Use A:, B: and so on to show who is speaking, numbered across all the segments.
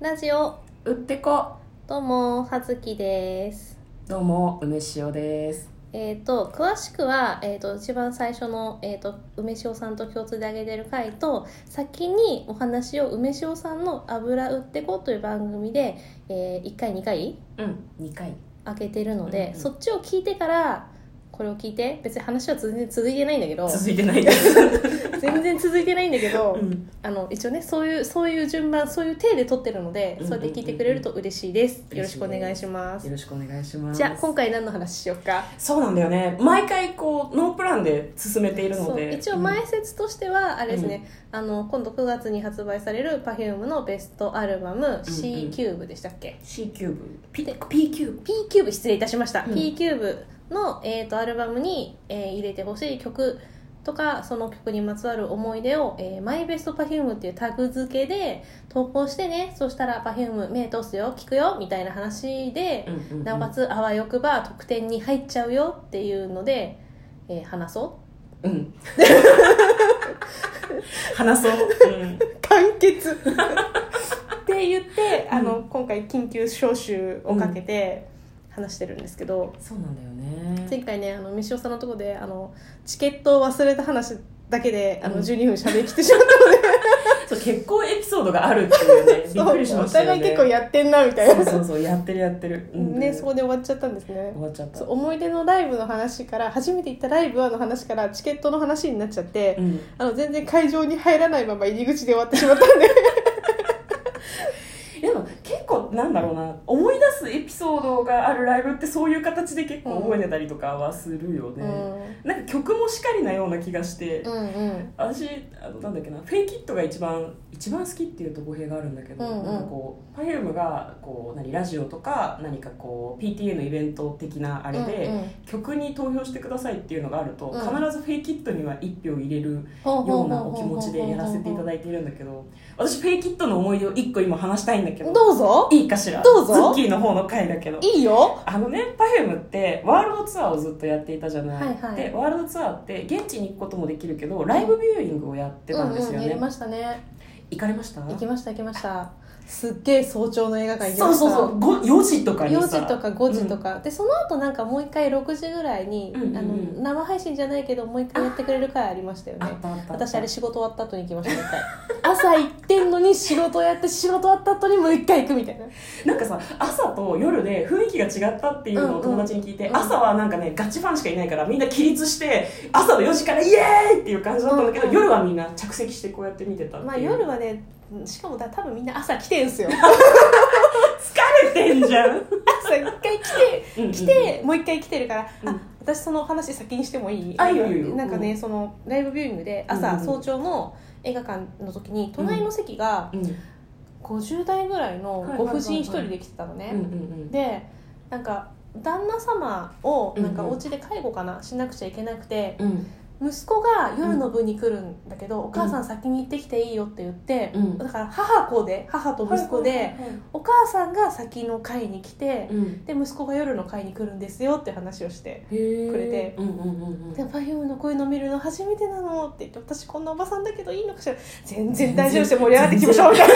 A: ラジオ
B: うってこ
A: どうもはずきです
B: どうも梅塩です
A: えっ、と詳しくは、えー、と一番最初の、えー、と梅塩さんと共通で挙げてる回と先にお話を梅塩さんの「油売ってこ」という番組で、え1回2回
B: うん2回
A: 開けてるので、
B: うんうん
A: そっちを聞いてからこれを聞いて別に話は全然続いてないんだけど
B: 続いてないです、
A: 全然続いてないんだけど、
B: うん、
A: あの一応ねそういうそういう順番そういう体で撮ってるので、
B: うん
A: それで聞いてくれると嬉しいです、
B: うん
A: よろしくお願いします
B: よろしくお願いします
A: じゃあ今回何の話しようか
B: そうなんだよね毎回こうノープランで進めているの
A: そう
B: で
A: 一応前説としてはあれですね、あの今度9月に発売される Perfume のベストアルバム C キューブでしたっけ、
B: C キューブ P, P キューブ
A: P キューブ失礼いたしました、
B: うん
A: P キューブの、えー、とアルバムに、えー入れてほしい曲とかその曲にまつわる思い出を「えー、マイベスト Perfume」っていうタグ付けで投稿してねそしたら Perfume 目通すよ聞くよみたいな話で、
B: うんうん
A: なおかつあわよくば特典に入っちゃうよっていうので、えー話そう
B: うん 話そう、うん、
A: 完結って言ってあの、今回緊急招集をかけて話してるんですけど、
B: そうなんだよね
A: 前回ねあの西尾さんのとこであのチケットを忘れた話だけであの
B: うん
A: 12分喋りきってしまったので、
B: そう結構エピソードがあるっていう ねびっくりしましたよね
A: お互い結構やってんなみたい
B: そう
A: な
B: そうそうやってるやってる、うん
A: ねそこで終わっちゃったんですね
B: 終わっちゃった
A: そう思い出のライブの話から初めて行ったライブはの話からチケットの話になっちゃって、
B: うん
A: あの全然会場に入らないまま入り口で終わってしまったんで
B: でも結構なんだろうな思い出すエピソードがあるライブってそういう形で結構覚えてたりとかはするよ
A: う
B: ね、
A: ん
B: なんか曲もしかりなような気がして、
A: うんうん
B: 私あのなんだっけな「フェイキット」が一番一番好きっていうと語弊があるんだけど、
A: うんうん
B: なんかこう Perfume がこう何ラジオとか何かこう PTA のイベント的なあれで、
A: うんうん
B: 曲に投票してくださいっていうのがあると、
A: うん
B: 必ず「フェイキット」には1票入れるよ
A: よ
B: うなお気持ちでやらせていただ
A: い
B: いているんだけど私フェイキットの思い出を1個今話したいんだけど
A: どうぞ
B: いいかしら
A: どうぞ
B: ズッキーの方の回だけど
A: いいよ
B: あのね Perfume ってワールドツアーをずっとやっていたじゃない、
A: はいはい
B: でワールドツアーって現地に行くこともできるけどライブビューイングをやってたんですよね、
A: やりましたね
B: 行かれました
A: 行きました行きましたすっげえ早朝の映画館行き
B: そ
A: ま
B: う
A: した
B: そうそうご4時とかに
A: 4
B: さ
A: 時とか5時とか、でその後なんかもう一回6時ぐらいに、
B: うんうんうん
A: あの生配信じゃないけどもう一回やってくれる回ありましたよ
B: あ
A: ね
B: ったあった
A: 私あれ仕事終わった後に行きました一回朝行ってんのに仕事やって仕事終わった後にもう一回行くみたいな
B: なんかさ朝と夜で雰囲気が違ったっていうのを友達に聞い
A: う
B: て、
A: んうん
B: 朝はなんかねガチファンしかいないからみんな起立して朝の4時からイエーイっていう感じだったんだけど、
A: うんうん
B: 夜はみんな着席してこうやって見てたっていう
A: まあ夜はねしかもだ多分みんな朝来てんす よ
B: 疲れてんじゃん
A: 朝一回来て
B: うんう ん
A: 来て、もう一回来てるから、
B: うん
A: あ私その話先にしてもいい
B: あいいよいいよ
A: なんかね、そのライブビューイングで朝、
B: うんうん
A: 早朝の映画館の時に隣の席が
B: うん
A: 50代ぐらいのご婦人一人で来てたのね、
B: うんうん
A: でなんか旦那様をなんか
B: うんうん
A: お家で介護かなしなくちゃいけなくて
B: うんうん
A: 息子が夜の部に来るんだけど、お母さん先に行ってきていいよって言って、
B: うん
A: だから母子で母と息子で、お母さんが先の会に来て、
B: うん
A: で息子が夜の会に来るんですよって話をしてくれて
B: うんうんうんうん
A: で「Perfume の声の見るの初めてなの」って言って「私こんなおばさんだけどいいのかしら全然大丈夫して盛り上がってきましょう」みたいな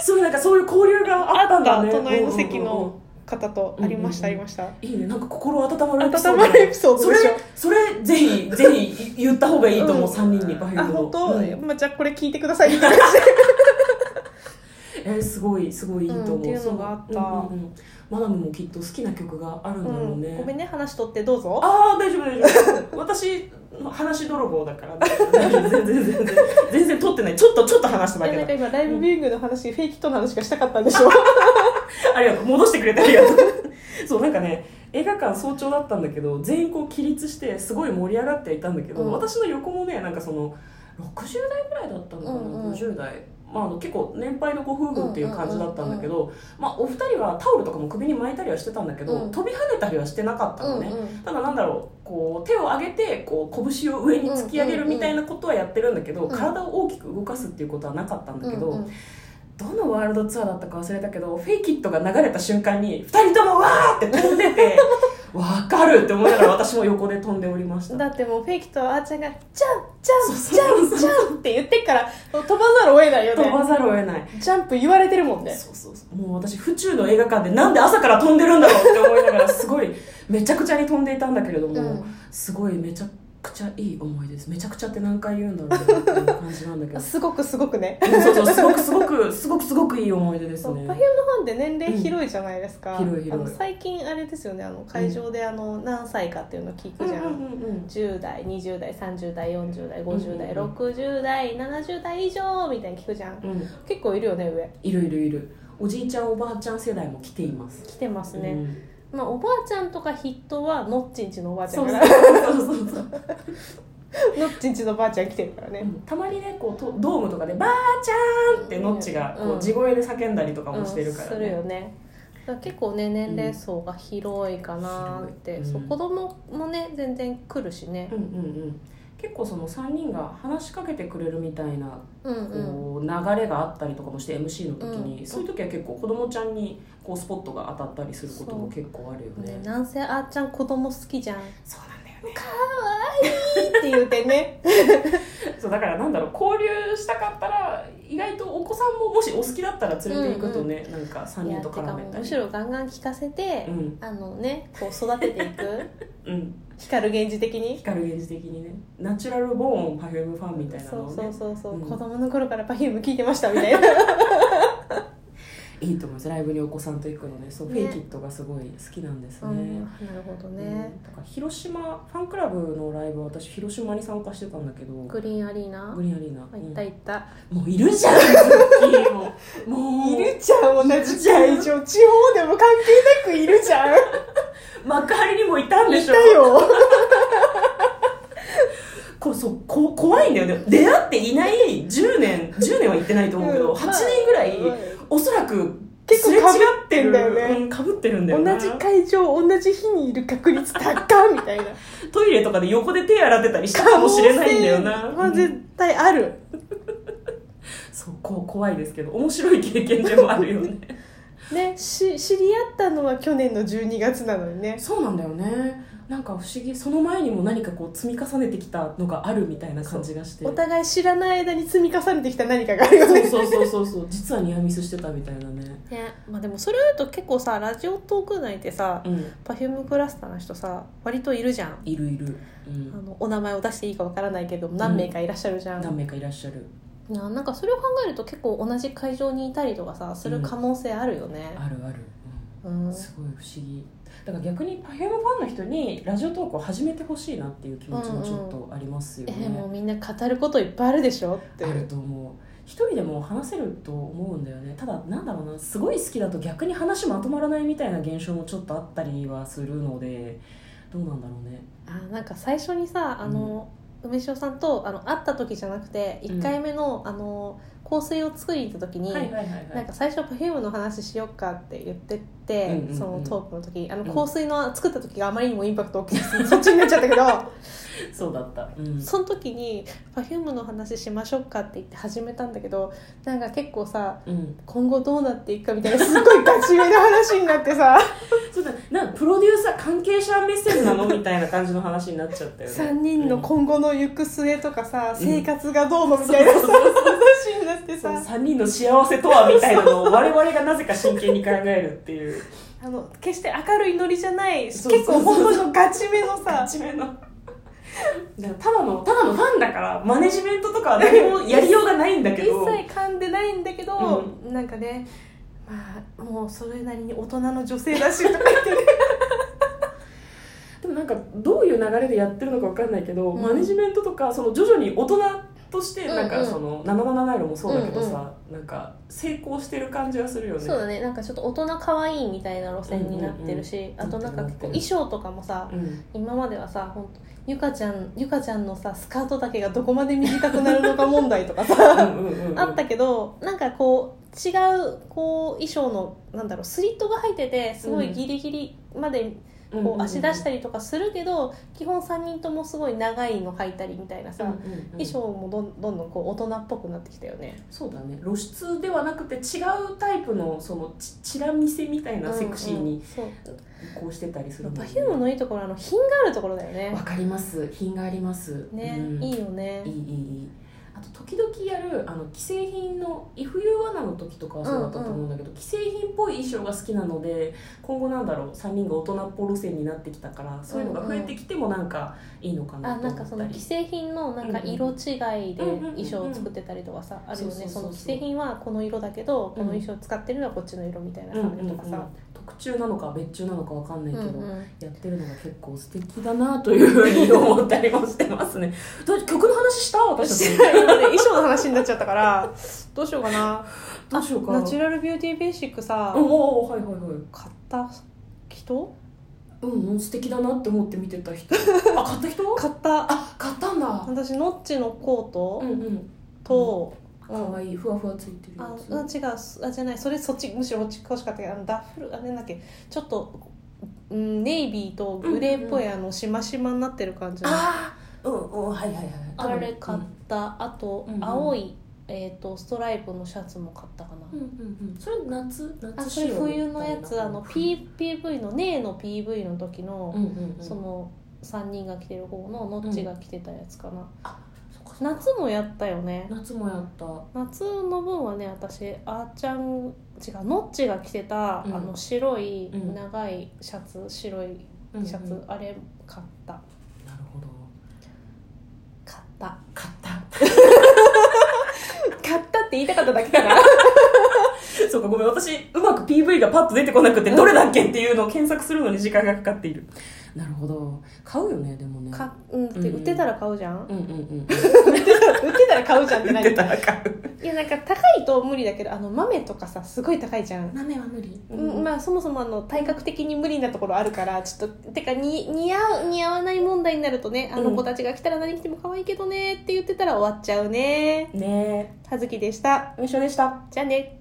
B: そうなんかそういう交流があったんだね
A: あった隣の席の方とありましたあ
B: うん
A: り
B: うんうん
A: ました
B: うんうんいいねなんか心温まるエピソー
A: 温
B: ド
A: まるエピソード
B: そ
A: で
B: れ
A: しょ
B: それぜひぜひ言った方がいいと思う、
A: うん
B: 三3人にバイ
A: あ
B: オ
A: 本当、
B: うん
A: まあ、じゃあこれ聞いてくださいみたいな感じで
B: えーすごいすごいいいと思う、
A: うんっていうのがあった
B: うんうんうんマダムもきっと好きな曲があるんだろうね、
A: うんごめんね話取ってどうぞ
B: ああ大丈夫大丈夫 私話泥棒だから大丈夫全然全然全然撮ってないちょっとちょっと話しただ
A: え
B: け
A: なんか
B: だ
A: 今ライブビューイングの話、フェイキットの話がしたかったんでしょ
B: ありがとう戻してくれてありがとうそうなんかね映画館早朝だったんだけど全員こう起立してすごい盛り上がってはいたんだけど、
A: うん
B: 私の横もねなんかその60代ぐらいだったのかな、
A: うんうん
B: 50代、まああの、結構年配のご夫婦っていう感じだったんだけど、まあ、お二人はタオルとかも首に巻いたりはしてたんだけど、
A: うん
B: 飛び跳ねたりはしてなかったのね、
A: うん
B: ただなんだろうこう手を上げてこう拳を上に突き上げるみたいなことはやってるんだけど、
A: うんうん
B: 体を大きく動かすっていうことはなかったんだけど、
A: うんうん
B: どのワールドツアーだったか忘れたけど、フェイキットが流れた瞬間に、二人ともわーって飛んでて、わかるって思いながら私も横で飛んでおりました。
A: だってもうフェイキとあーちゃんが「じゃんジャンプジャンプジャンプって言ってっから飛ばざるを得ないよ
B: 飛ば
A: ね
B: ざるを得ない
A: ジャンプ言われてるもんね
B: そうそうそうもう私府中の映画館でなんで朝から飛んでるんだろうって思いながらすごいめちゃくちゃに飛んでいたんだけれども、
A: うん
B: すごいめちゃくちゃいい思い出ですめちゃくちゃって何回言うんだろうっていう感じなんだけど
A: すごくすごくね
B: そうそうすごくすごくすごくすごくいい思い出です
A: そう
B: ね
A: Perfume のファンって年齢広いじゃないですか、
B: うん広い広い
A: あの最近あれですよねあの会場であの何歳かっていうの聞くじゃん、
B: うんうんうん
A: 10代20代30代40代50代、
B: うんうんうん
A: 60代70代以上みたいに聞くじゃん
B: うんうん
A: 結構いるよね上
B: いるいるいるおじいちゃんおばあちゃん世代も来ています
A: 来てますね、
B: うん
A: まあ、おばあちゃんとか筆頭はのっちんちのおばあちゃ
B: そ
A: ん
B: う
A: か
B: そう
A: ら
B: そうそうそう
A: のっちんちのおばあちゃん来てるからね、
B: たまにねこうとドームとかで「ばあちゃん!」ってノッチがこ
A: うん
B: う地声で叫んだりとか
A: う
B: も
A: ん
B: してるから、ね
A: するよねだから結構ね年齢層が広いかなって、
B: うん
A: そう
B: うん
A: 子供もね全然来るしね
B: う、んうんうん結構その3人が話しかけてくれるみたいな
A: うんうん
B: こう流れがあったりとかもして MC の時に、
A: うん
B: そういう時は結構子供ちゃんにこうスポットが当たったりすることも結構あるよね
A: ね、なんせあーちゃん子供好きじゃん
B: そうなんだよね
A: って言うて ね
B: そうだからなんだろう交流したかったら意外とお子さんももしお好きだったら連れていくとね、なんか3
A: いや
B: 人
A: て
B: と
A: か
B: 絡め
A: もう
B: た
A: む
B: り
A: しろガンガン聞かせて
B: う、ん
A: あのねこう育ててい く
B: うん
A: 光源氏的に
B: 光源氏的にねナチュラルボーンパフュームファンみたいな
A: そ
B: のを
A: う
B: ね
A: そうそうそう、
B: うん
A: 子供の頃から Perfume 聞いてましたみたいな
B: いいと思いますライブにお子さんと行くのねそう、
A: ね
B: フェイキットがすごい好きなんです
A: う
B: ね、
A: んなるほどね、
B: だから広島ファンクラブのライブ私広島に参加してたんだけど
A: グリーンアリーナ
B: グリーンアリーナ
A: あ行った行った、
B: うんもういるじゃんズッキーももう
A: じゃん同
B: じ会場
A: 地方でも関係なくいるじゃん
B: 幕張にもいたんでしょ
A: よ
B: これそうこ怖いんだよね出会っていない10年10年は行ってないと思うけど、
A: うん
B: 8年ぐらい、
A: うん
B: おそらく
A: 結構
B: すれ違
A: 被ってんだよね
B: かぶってるんだよね
A: 会場同じ日にいる確率高みたいな
B: トイレとかで横で手洗ってたりしたかもしれないんだよな、
A: まあ絶対ある
B: そうこう怖いですけど面白い経験でもあるよね
A: ねし知り合ったのは去年の12月なのにね
B: そうなんだよねなんか不思議その前にも何かこう積み重ねてきたのがあるみたいな感じがして
A: お互い知らない間に積み重ねてきた何かがあるよね
B: そうそうそうそう実はニアミスしてたみたいなね
A: ねまあ、でもそれ言うと結構さラジオトーク内でさ
B: うん
A: パフュームクラスターの人さ割といるじゃん
B: いるいる、う
A: あ
B: ん、
A: のお名前を出していいかわからないけど何名かいらっしゃるじゃん、
B: 何名かいらっしゃる
A: ななんかそれを考えると結構同じ会場にいたりとかさする可能性あるよね、
B: あるある、
A: うん
B: うん、すごい不思議だから逆にパフュームファンの人にラジオトークを始めてほしいなっていう気持ちもちょっとありますよ
A: え
B: ね、
A: ーもうみんな語ることいっぱいあるでしょって
B: あると思う一人でも話せると思うんだよねただなんだろうなすごい好きだと逆に話まとまらないみたいな現象もちょっとあったりはするのでどうなんだろうね
A: あなんか最初にさあの、梅塩さんとあの会った時じゃなくて
B: うん
A: 1回目の,、あの香水を作りに行った時に、
B: はいはいはいは
A: なん
B: い
A: か最初 Perfume の話しよっかって言ってって、
B: うんうんうん
A: そのトークの時あの
B: うん
A: 香水の作った時があまりにもインパクト大きくて、そっちになっちゃったけど
B: そうだった、う ん、
A: その時に Perfume の話しましょうかって言って始めたんだけどなんか結構さ
B: うん、
A: 今後どうなっていくかみたいなすっごいガチめな話になってさ
B: そうだなんかプロデューサー関係者目線なのみたいな感じの話になっちゃったよね
A: 3人の
B: うん
A: 今後の行く末とかさ、
B: うん
A: 生活がどうのみたいなさ、話になって
B: そ
A: さ
B: う3人の幸せとはみたいなのを我々がなぜか真剣に考えるっていう
A: あの決して明るいノリじゃない
B: そうそうそう
A: 結構本当のガチめの さ
B: 真面目なだからただのただのファンだからマネジメントとかは何もやりようがないんだけ
A: 一
B: ど
A: 切噛んでないんだけど、なんかねまあもうそれなりに大人の女性だしとか言ってね
B: でもなんかどういう流れでやってるのかわかんないけど、
A: うん
B: マネジメントとかその徐々に大人としてなん
A: うん
B: か
A: うん
B: その777もそうだけどさ、なんか成功してる感じがするよ ね
A: そうだねなんかちょっと大人可愛いみたいな路線になってるし、あとなんか結構衣装とかもさ
B: うん、
A: 今まではさ本当ゆかちゃんゆかちゃんのさスカート丈がどこまで短くなるのか問題とかさ
B: うんうんうんうん
A: あったけどなんかこう違うこう衣装のなんだろうスリットが入っててすごいギリギリまで
B: うんうん
A: こ
B: うん
A: う足出したりとかするけど、基本3人ともすごい長いの履いたりみたいなさ、
B: うんうんうん
A: 衣装もどんどんどんこう大人っぽくなってきたよね
B: そうだね露出ではなくて違うタイプのそのちチラ見せみたいなセクシー
A: うんう
B: に
A: んそう
B: 移行してたりするもんね
A: Perfume のいいところはあの品があるところだよね
B: わかります品があります
A: ね、
B: うん
A: いいよね
B: いいいいいいあと時々やるあの既製品の「イフユーワナ」の時とかはそうだったと思うんだけど、既製品っぽい衣装が好きなので今後なんだろう3人が大人っぽ路線になってきたからそういうのが増えてきてもなんかいいのか
A: あ
B: なと
A: な
B: 思
A: んかそ
B: った
A: の
B: り
A: 既製品のなんか色違いで
B: うんうんうんうん
A: 衣装を作ってたりとかさあるよ
B: そうそうそ
A: ね
B: うそ
A: そうの既製品はこの色だけどこの
B: うん
A: 衣装使ってるのはこっちの色みたいな
B: うん
A: 感
B: う
A: じ
B: んう
A: と
B: ん
A: かさ、
B: 特注なのか別注なのかわかんな
A: う
B: い
A: ん
B: け
A: う
B: ど、
A: ん
B: やってるのが結構素敵だなというふうに思ったりもしてます ね。だって曲の話した私 たち。
A: 衣装の話になっちゃったから どうしようかな
B: どうしようか。
A: ナチュラルビューティーベーシックさ、
B: うんおおはいはいはい。
A: 買った人
B: うんうん素敵だなって思って見てた 人。あ買った人？
A: 買った
B: あ買ったんだ。
A: 私ノッチのコート
B: うんうん。
A: と、うん
B: 可愛いふわふわついてる
A: あ
B: や
A: うん違
B: つ。
A: うすあじゃないそれそっちむしろこっち欲しかったけどあのダッフルあれなんだっけちょっと、うん、ネイビーとグレーっぽい、
B: うん
A: あのしましまになってる感じの
B: あーうんうんはいはいはい。
A: あれ買っ
B: うん
A: た、あと
B: うんうん
A: 青い、えー、とストライプのシャツも買ったかな、
B: うんうんうん。それ夏
A: あ
B: 夏
A: それ
B: 仕様
A: 冬のやつあの。P PV のネイの PV の時
B: う
A: の、
B: んうんうん。
A: その3人が着てる方のノッチが着てたやつかな、
B: そっかそっか
A: 夏もやったよね
B: 夏もやった。
A: 夏の分はね私あーちゃん違うノッチが着てた、
B: うん
A: あの白い
B: うん
A: 長いシャツ、白い
B: うんうん
A: シャツ、あれ買った
B: なるほど。
A: 買った
B: 買った。
A: 買ったって言いたかっただけか な
B: そうか、ごめん。私、うまく PV がパッと出てこなくて、どれだっけっていうのを検索するのに時間がかかっている。なるほど。買うよね、でもね
A: か、うん、って売ってたら買うじゃん、
B: うんうん う
A: 売
B: ん。
A: ってたら買うじゃんって
B: 売っ
A: 何
B: て
A: い
B: たら買う。
A: やなんか高いと無理だけどあの豆とかさすごい高いじゃん、
B: 豆は無理。
A: うんまあ、そもそもあの体格的に無理なところあるからちょっとてかに似合う似合わない問題になるとねあの子たちが来たら何着ても可愛いけどねって言ってたら終わっちゃうね
B: ね
A: 葉月でした
B: え。一緒でした。
A: じゃあね